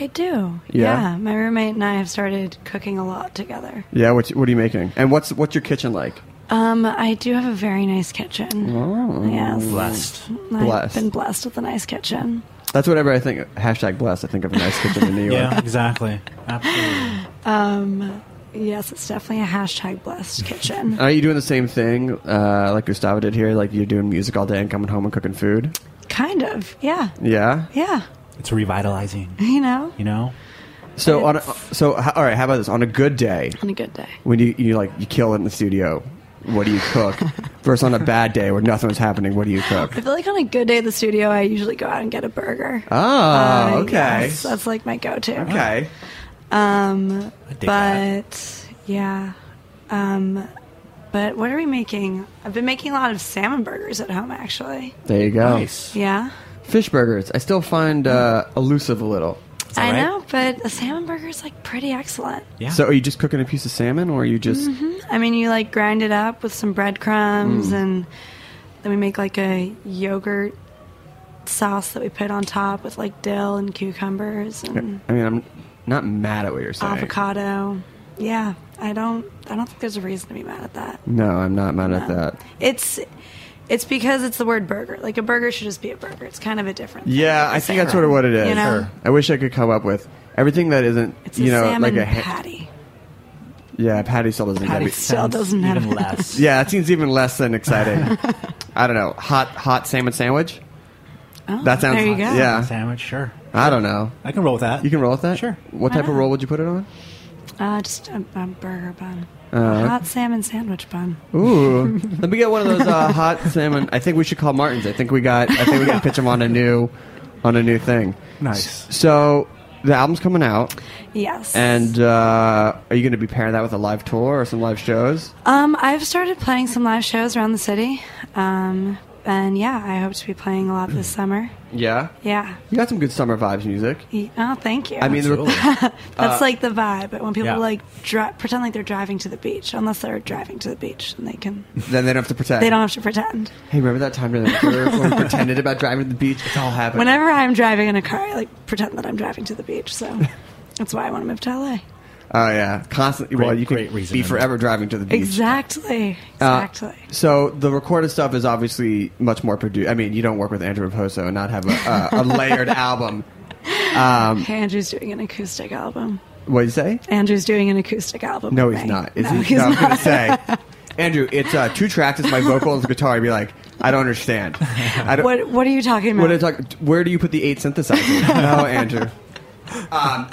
I do. Yeah? My roommate and I have started cooking a lot together. Yeah. What What are you making? And what's what's your kitchen like? Um, I do have a very nice kitchen. Oh. Yes. Blessed. I've Blessed. been blessed with a nice kitchen. That's whatever I think. Hashtag blessed. I think of a nice kitchen in New York. Yeah, exactly. Absolutely. Yes, it's definitely a hashtag blessed kitchen. Are you doing the same thing uh, like Gustavo did here? Like you're doing music all day and coming home and cooking food? kind of. Yeah. Yeah. Yeah. It's revitalizing. You know, You know, So on. A, so h- all right. How about this? On a good day, on a good day. when you you like you kill it in the studio, what do you cook? Versus on a bad day where nothing was happening, what do you cook? I feel like on a good day at the studio, I usually go out and get a burger. Oh, Uh, okay. yes, that's like my go-to. Okay. Um, but dig that. yeah, um, but what are we making? I've been making a lot of salmon burgers at home, actually. There you go. nice. Yeah, Fish burgers. I still find uh, elusive a little. I that right? know, but a salmon burger is like pretty excellent. Yeah. So are you just cooking a piece of salmon, or are you just I mean, you like grind it up with some breadcrumbs, Mm. and then we make like a yogurt sauce that we put on top with like dill and cucumbers and I mean, I'm not mad at what you're saying. Mm-hmm. avocado. Yeah, I don't. I don't think there's a reason to be mad at that. No, I'm not mad at that. It's it's because it's the word burger. Like a burger should just be a burger. It's kind of a different. thing. Yeah, I think that's sort of what it is. You know? Sure. I wish I could come up with everything that isn't, It's you a know, salmon like a ha- patty. yeah, patty still doesn't. Patty Patty. still sounds doesn't have even it. less. Yeah, that seems even less than exciting. I don't know. Hot, hot salmon sandwich. Oh, That sounds. There you go. Yeah, Sandwich, sure. I don't know. I can roll with that. You can roll with that. Sure. What type of roll would you put it on? Uh, just a, a burger bun. a hot salmon sandwich bun. Uh, Ooh, let me get one of those uh, hot salmon. I think we should call Martin's. I think we got. I think we got to pitch him on a new, on a new thing. Nice. So the album's coming out, Yes. and uh, are you going to be pairing that with a live tour or some live shows? um, I've started playing some live shows around the city. Um, and yeah, I hope to be playing a lot this summer. Yeah. Yeah. You got some good summer vibes music. Y- Oh, thank you. I mean, the- that's uh, like the vibe. But when people yeah. like dri- pretend like they're driving to the beach, unless they're driving to the beach, and they can, then they don't have to pretend. they don't have to pretend. Hey, remember that time during the tour when we pretended about driving to the beach? It's all happening. Whenever I'm driving in a car, I like pretend that I'm driving to the beach. So that's why I want to move to LA. Oh yeah, constantly. well, Great- you can great reason. be forever driving to the beach. Exactly. Uh, Exactly. so the recorded stuff is obviously much more produced. I mean, you don't work with Andrew Raposo and not have a, a, a layered album. Andrew's doing an acoustic album. What did you say? Andrew's doing an acoustic album. No, with he's me. not. Is no, he? he's no, I not. was gonna say, Andrew, it's uh, two tracks. It's my vocals, guitar. I'd be like, I don't understand. I don't. What What are you talking about? What did I talk, where do you put the eight synthesizers? no, Andrew. Um,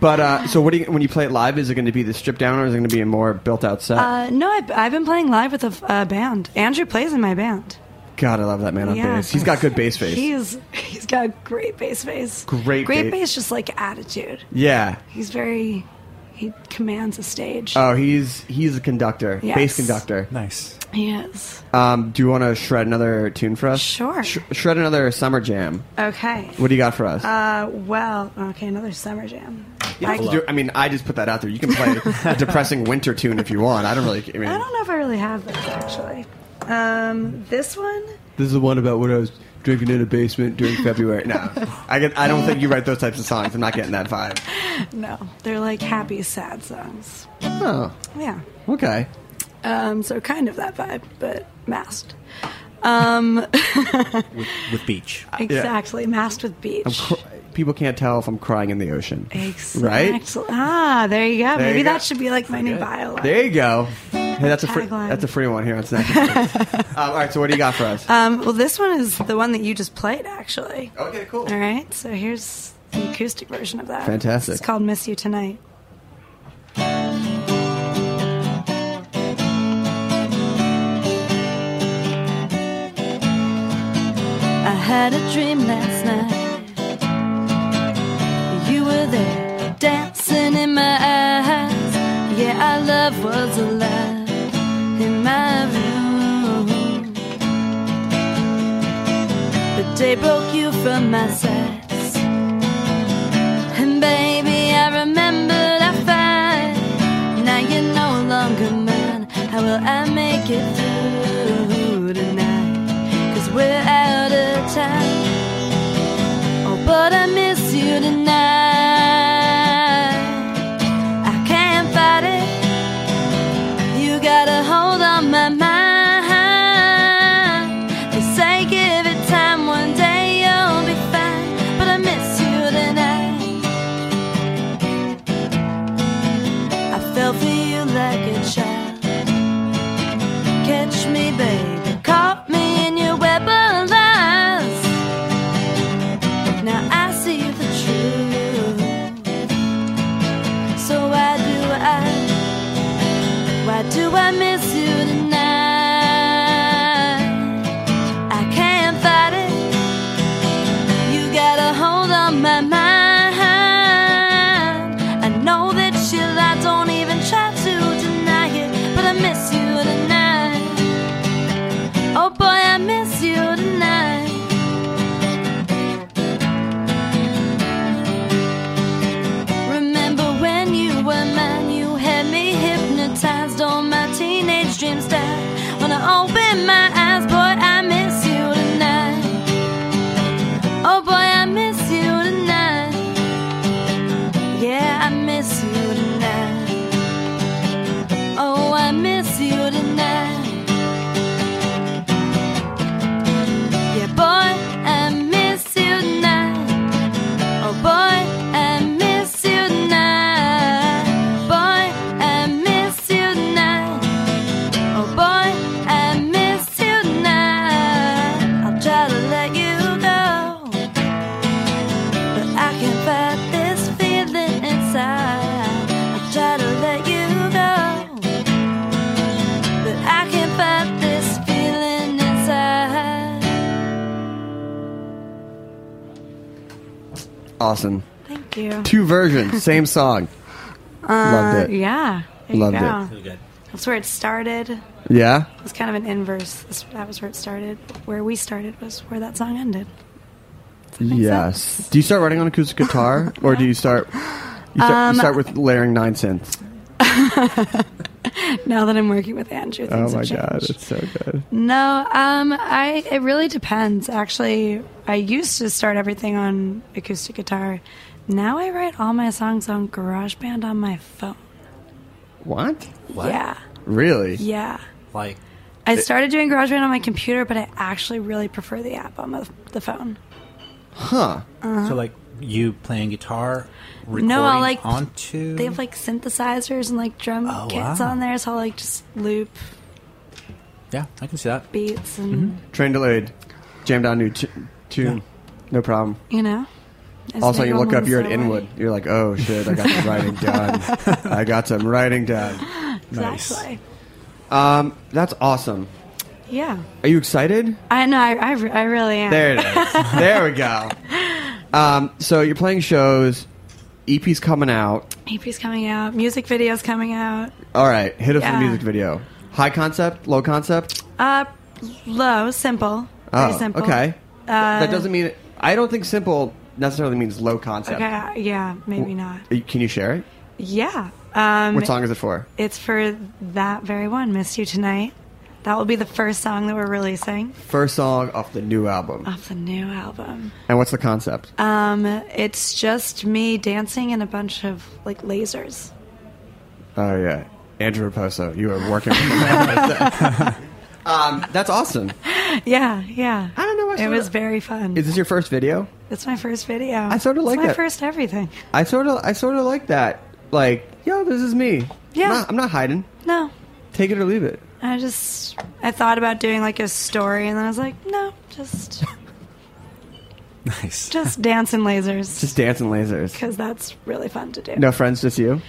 but uh, so, what do you, when you play it live, is it going to be the stripped down, or is it going to be a more built out set? uh, no, I've, I've been playing live with a f- a band. Andrew plays in my band. God, I love that man on yeah. bass. He's got good bass face. He's he's got great bass face. Great great ba- bass, just like attitude. yeah. He's very he commands a stage. Oh, he's he's a conductor, bass Yes. conductor. Nice. he is. Um, do you want to shred another tune for us? Sure. Sh- shred another summer jam. Okay. What do you got for us? Uh, well, okay, another summer jam. I, Do- I mean, I just put that out there. You can play a depressing winter tune if you want. I don't really. I mean, I don't know if I really have those actually. Um, this one, this is the one about what I was drinking in a basement during February. No, I get. I don't think you write those types of songs. I'm not getting that vibe. no, they're like happy, sad songs. Oh, Yeah, okay. um, so kind of that vibe, but masked. Um, With beach. exactly, masked with beach. Cr- People can't tell if I'm crying in the ocean. Exactly. Ah, there you go. There Maybe you that go. should be like my new bio. There you go. Hey, that's a free, Tagline. that's a free one here on Snack. and Foods. um, all right, so what do you got for us? Um, well, this one is the one that you just played, actually. okay, cool. All right, so here's the acoustic version of that. Fantastic. It's called Miss You Tonight. I had a dream last night. You were there, dancing in my eyes. Yeah, our love was alive in my room. The day broke you from my sides. And baby, I remembered our fight. Now you're no longer mine. How will I make it through tonight? Cause we're out of time. Oh, like a child. Catch me, baby. Caught me in your web of lies. Now I see the truth. So why do I? Why do I miss you tonight? I can't fight it. You got a hold on my mind. I know that you lied, don't even try to deny it. But I miss you tonight. Oh boy, I miss you tonight. Remember when you were mine, you had me hypnotized. All my teenage dreams died. When I open my eyes, boy, I miss you tonight. Oh boy, I miss you tonight. Yeah, I miss you tonight. Oh, I miss you tonight. Yeah, boy, I miss you tonight. Oh boy, I miss you tonight. Boy, I miss you tonight. Oh boy, I miss you tonight. I'll try to let you go, but I can't fight this feeling inside. I'll try to let you go, but I can't fight this feeling inside. Awesome. Thank you. Two versions, same song. Uh, Loved it. Yeah. There you Loved go. Really good. That's where it started. Yeah? It's kind of an inverse. This, that was where it started. Where we started was where that song ended. Yes. Do you start writing on acoustic guitar, or do you start? You start, Um, you start with layering nine synths. Now that I'm working with Andrew, Oh things my have changed. god, it's so good. No, um, I it really depends. Actually, I used to start everything on acoustic guitar. Now I write all my songs on GarageBand on my phone. What? What? Yeah, Really? yeah. Like, I started doing GarageBand on my computer, but I actually really prefer the app on the, the phone. Huh? so like you playing guitar, recording Uh-huh. No, I'll, like, onto. They have like synthesizers and like drum Oh, kits wow. on there, so I'll like just loop yeah, I can see that. beats and Train delayed. Jammed on new t- tune. No problem. you know. I just Also, make you them look on up, the you're at subway. Inwood. You're like, oh shit, I got some writing done. I got some writing done. Nice. Exactly. Um, that's awesome. Yeah. Are you excited? I know. I, I, re- I really am. There it is. there we go. Um, so you're playing shows. EP's coming out. AP's E coming out. Music video's coming out. All right, hit us with Yeah. a music video. High concept, low concept. Uh, low, simple. Very Oh, simple. Uh, Okay. that doesn't mean I don't think simple necessarily means low concept. Okay. Yeah. Maybe not. Uh, Can you share it? Yeah. Um, What song is it for? It's for that very one. Miss you tonight. That will be the first song that we're releasing First song off the new album. off the new album. And what's the concept? Um, it's just me dancing and a bunch of like lasers. oh yeah, Andrew Raposo, you are working. with the- um, that's awesome. Yeah. Yeah. I don't know. I It sorta- was very fun. Is this your first video? It's my first video. I sorta It's like my that. first everything. I sort of, I sort of like that. Like, yo, this is me. Yeah. I'm not, I'm not hiding. No, Take it or leave it. I just I thought about doing like a story, and then I was like, no, just Nice. just dancing lasers. Just dancing lasers. because that's really fun to do. No friends, just you.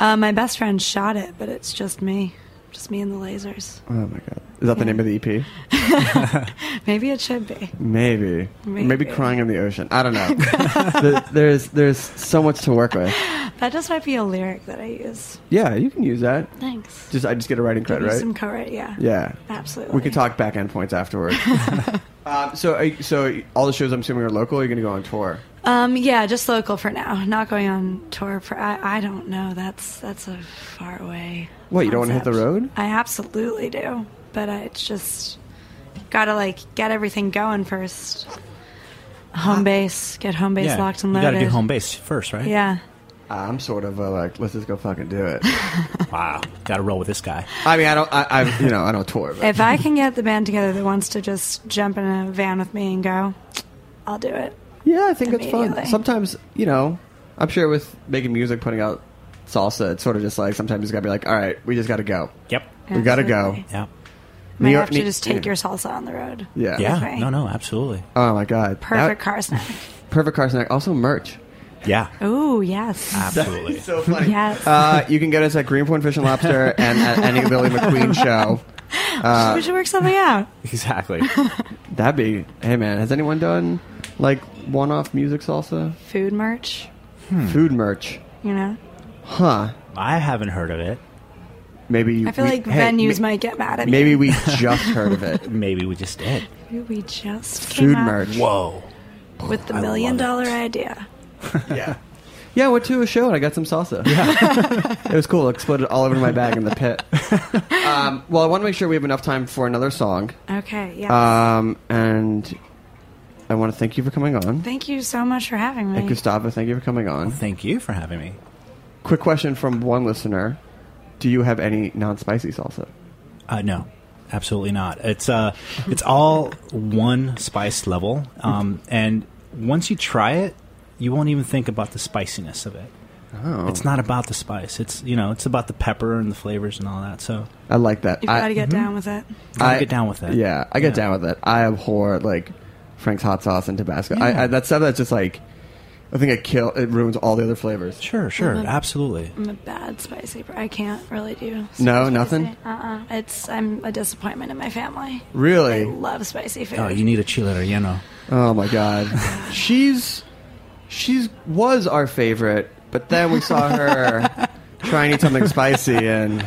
Uh, my best friend shot it, but it's just me. Just me and the lasers. Oh my god, is that the name of the E EP? Maybe it should be. Maybe. Maybe. Maybe. crying in the ocean. I don't know. There- there's there's so much to work with. That just might be a lyric that I use. Yeah, you can use that. Thanks. Just I just get a writing credit, Maybe right? Some co-write, yeah. yeah. Absolutely. We could talk back end points afterward. um, so are you- so all the shows I'm assuming are local. You're going to go on tour. Um, yeah, just local for now. Not going on tour for. I, I don't know. That's that's a far away. What, you don't wanna hit the concept. road? I absolutely do, but I, it's just gotta like get everything going first. Ah. Home base, get home base yeah. locked and you loaded. gotta do home base first, right? Yeah, I'm sort of a, like let's just go fucking do it. Wow. Gotta roll with this guy. I mean I don't I, I you know I don't tour. But. if I can get the band together that wants to just jump in a van with me and go, I'll do it. Yeah, I think it's fun. Immediately. Sometimes you know I'm sure with making music, putting out salsa, it's sort of just like sometimes it's got to be like, all right, we just got to go. Yep. We got to go. Absolutely. Yeah. Might New York- have to New- just take yeah. your salsa on the road. Yeah. Yeah. Okay. No, no, absolutely. Oh my god. Perfect That- car snack. perfect car snack. Also merch. Yeah. Oh yes, Ah. Absolutely. So funny. yes. Uh, you can get us at Greenpoint Fish and Lobster and at any Billy McQueen show. Uh, we should work something out. exactly. That'd be. Hey man, has anyone done like one-off music salsa Food merch. food merch? You know, Huh? I haven't heard of it. Maybe you- I feel we- like hey, venues ma- might get mad at me. Maybe we just heard of it. Maybe we just did. Maybe we just Food came up merch. Whoa. with the I million love dollar it. idea. Yeah. Yeah, I went to a show and I got some salsa. Yeah. it was cool. It exploded all over my bag in the pit. Um, well, I want to make sure we have enough time for another song. Okay. Yeah. Um, and I want to thank you for coming on. Thank you so much for having And me. Gustavo, thank you for coming on. Thank you for having me. Quick question from one listener Do you have any non spicy salsa? Uh, no, absolutely not. It's uh, it's all one spice level, um, and once you try it, you won't even think about the spiciness of it. Oh. It's not about the spice. It's you know, it's about the pepper and the flavors and all that. So I like that. You've I, Mm-hmm. got to get down with it. I get down with it. Yeah, I get Yeah. down with it. I abhor like Frank's hot sauce and Tabasco. I, Yeah. I, that stuff that's just like, I think it kill. It ruins all the other flavors. sure, sure, Mm-hmm. absolutely. I'm a bad spicy. per- I can't really do. No, nothing? Uh uh It's I'm a disappointment in my family. Really? I love spicy food. Oh, you need a chile relleno. Oh my god. she's she's was our favorite, but then we saw her trying to eat something spicy and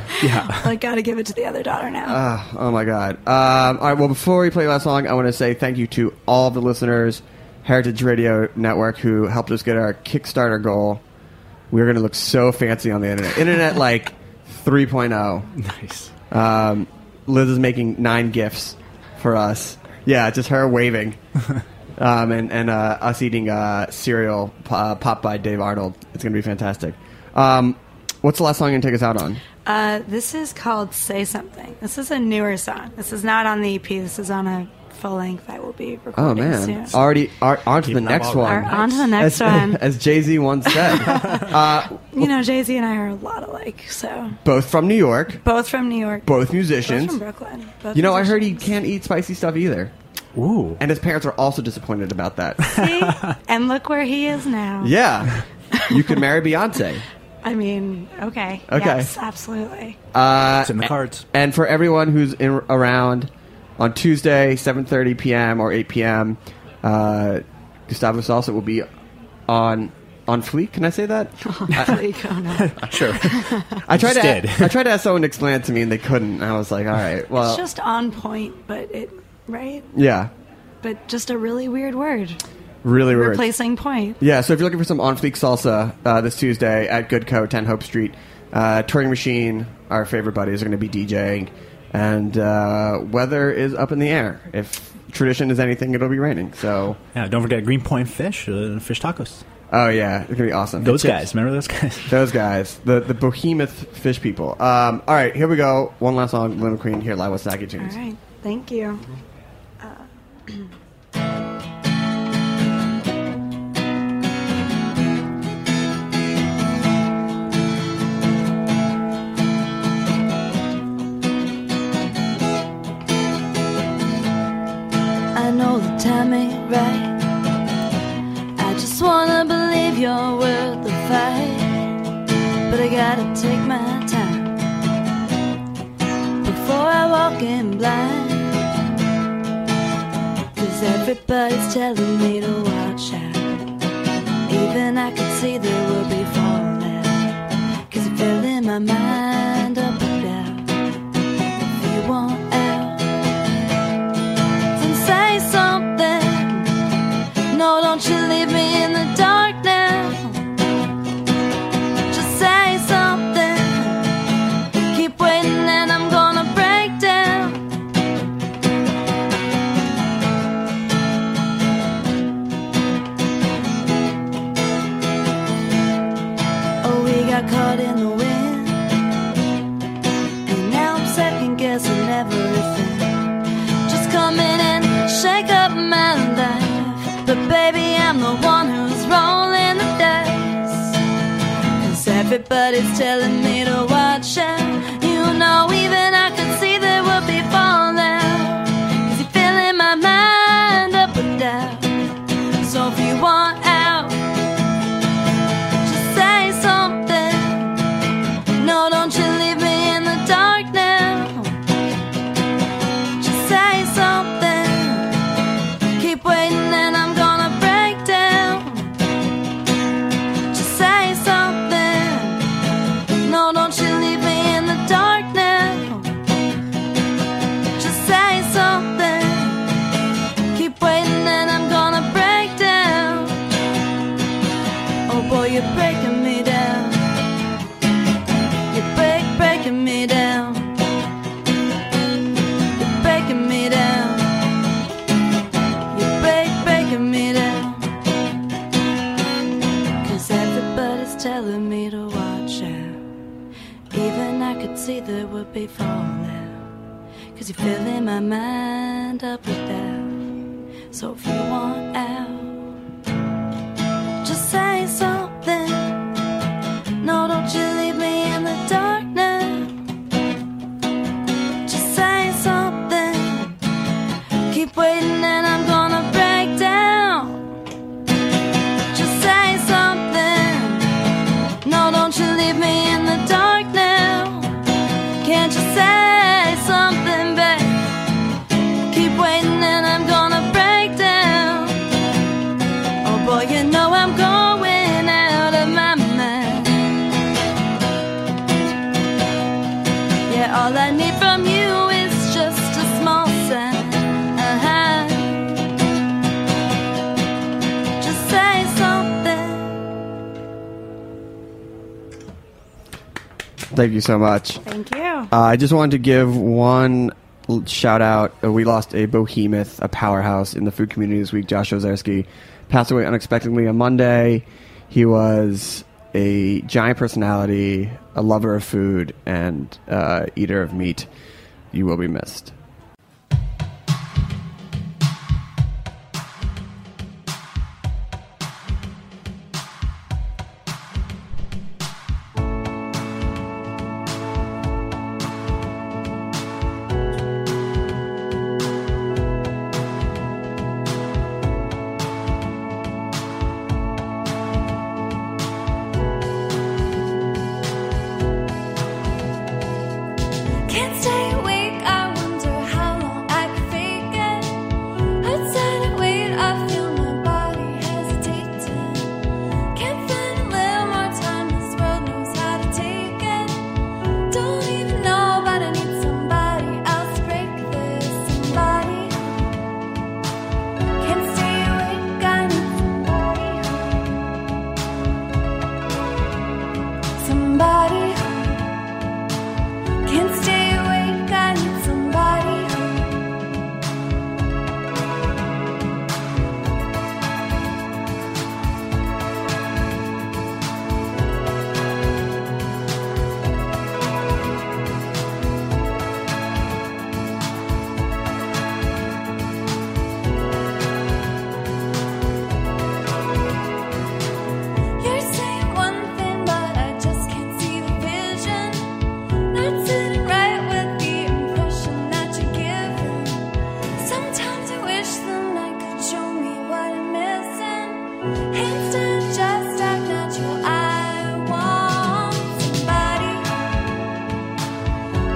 like got to give it to the other daughter now. ah, oh my god. Um, all right, well before we play the last song, I want to say thank you to all the listeners, Heritage Radio Network who helped us get our Kickstarter goal. We're going to look so fancy on the internet. Internet like oh. 3.0. Nice. Um, Liz is making nine gifts for us. Yeah, just her waving, um, and and uh, us eating uh, cereal p- uh, pop by Dave Arnold. It's gonna be fantastic. Um, what's the last song you're gonna take us out on? Uh, this is called "Say Something." This is a newer song. This is not on the EP. This is on a full length that will be recording Oh man, soon. already ar- on to the Keeping up next all one. All right, on to the as, next one. as Jay Z once said, you know, Jay Z and I are a lot alike. So both from New York, both from New York, both both musicians. from Brooklyn. Both you know, I heard he musicians. can't eat spicy stuff either, Ooh. and his parents are also disappointed about that. See? and look where he is now. yeah, you could marry Beyonce. I mean, okay. Okay. Yes, absolutely. it's in the cards. And for everyone who's in, around on Tuesday, 7:30 p.m. or 8 p.m., uh, Gustavo Salsa will be on on fleek. Can I say that? sure. I tried to did. I tried to ask someone to explain it to me, and they couldn't. And I was like, all right, well, it's just on point, but it right, yeah, but just a really weird word really weird. replacing point. Yeah, so if you're looking for some on fleek salsa uh, this Tuesday at Good Co. 10 Hope Street, uh, Touring Machine, our favorite buddies, are going to be DJing. And uh, weather is up in the air. If tradition is anything, it'll be raining. So, Yeah. Don't forget Greenpoint Fish, uh, fish tacos. oh yeah, it's going to be awesome. Those guys. Remember those guys? Those guys. The, the behemoth fish people. Um, all right, here we go. One last song, Lynn Queen here live with Saki All Tunes. right. Thank you. Uh, I know the time ain't right. I just wanna believe you're worth the fight. But I gotta take my time before I walk in blind. Cause everybody's telling me to watch out. Even I can see there will be fallout. Cause you're filling my mind up with doubt. If you want out, and say something. No, don't you leave me in the dark now. Just say something. Keep waiting and I'm gonna break down. Oh, we got caught in the wind. but it's telling me to watch out. You know, even I could see there would be falling. Cause you're filling my mind up with doubt. So if you want out, just say something. No, don't you leave me in the dark now. Just say something. Keep waiting and I'm gonna break down. Just say something. No, don't you leave me in the dark now. Just say something. Keep waiting and I'm gonna break down. Oh boy, you're breaking me down. You're break, breaking me down. You're breaking me down. You're break, breaking me down. Cause everybody's telling me to watch out. Even I could see there would be falling out. Cause you're filling my mind up with doubt. So if you want out, just say something. No, don't you leave me in the dark now. Just say something. Keep waiting and I'm gonna break down. Just say something. No, don't you leave me in the dark now. Can't you say something, babe? Keep waiting and I'm gonna break down. Oh boy, you know I'm going out of my mind. Yeah, all I need from you is just a small sign. Uh-huh. Just say something. Thank you so much. Thank you. Uh, I just wanted to give one l- shout out. Uh, We lost a behemoth, a powerhouse in the food community this week. Josh Ozerski passed away unexpectedly on Monday. He was a giant personality, a lover of food, and uh, eater of meat. You will be missed. Can't stay awake, I wonder how long I can fake it. Outside and wait, I feel my body hesitating. Can't find a little more time, this world knows how to take it. Don't even know, but I need somebody else to break this. Somebody. Can't stay awake, I need somebody home. Somebody home. Can't stay awake, I need somebody home. You're saying one thing, but I just can't see the vision. Not sitting right with the impression that you're giving. Sometimes I wish the night could show me what I'm missing. Instead, just act natural. I want somebody.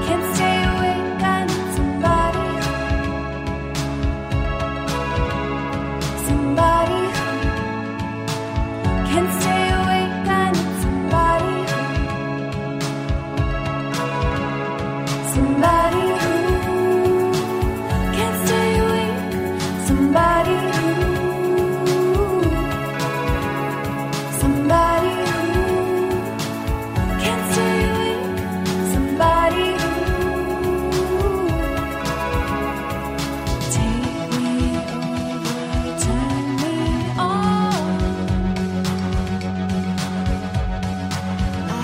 Can't stay awake. I need somebody. Somebody. Can't stay awake. I need somebody. Somebody who can't stay awake. Somebody who, somebody who can't stay awake. Somebody who take me over, turn me on.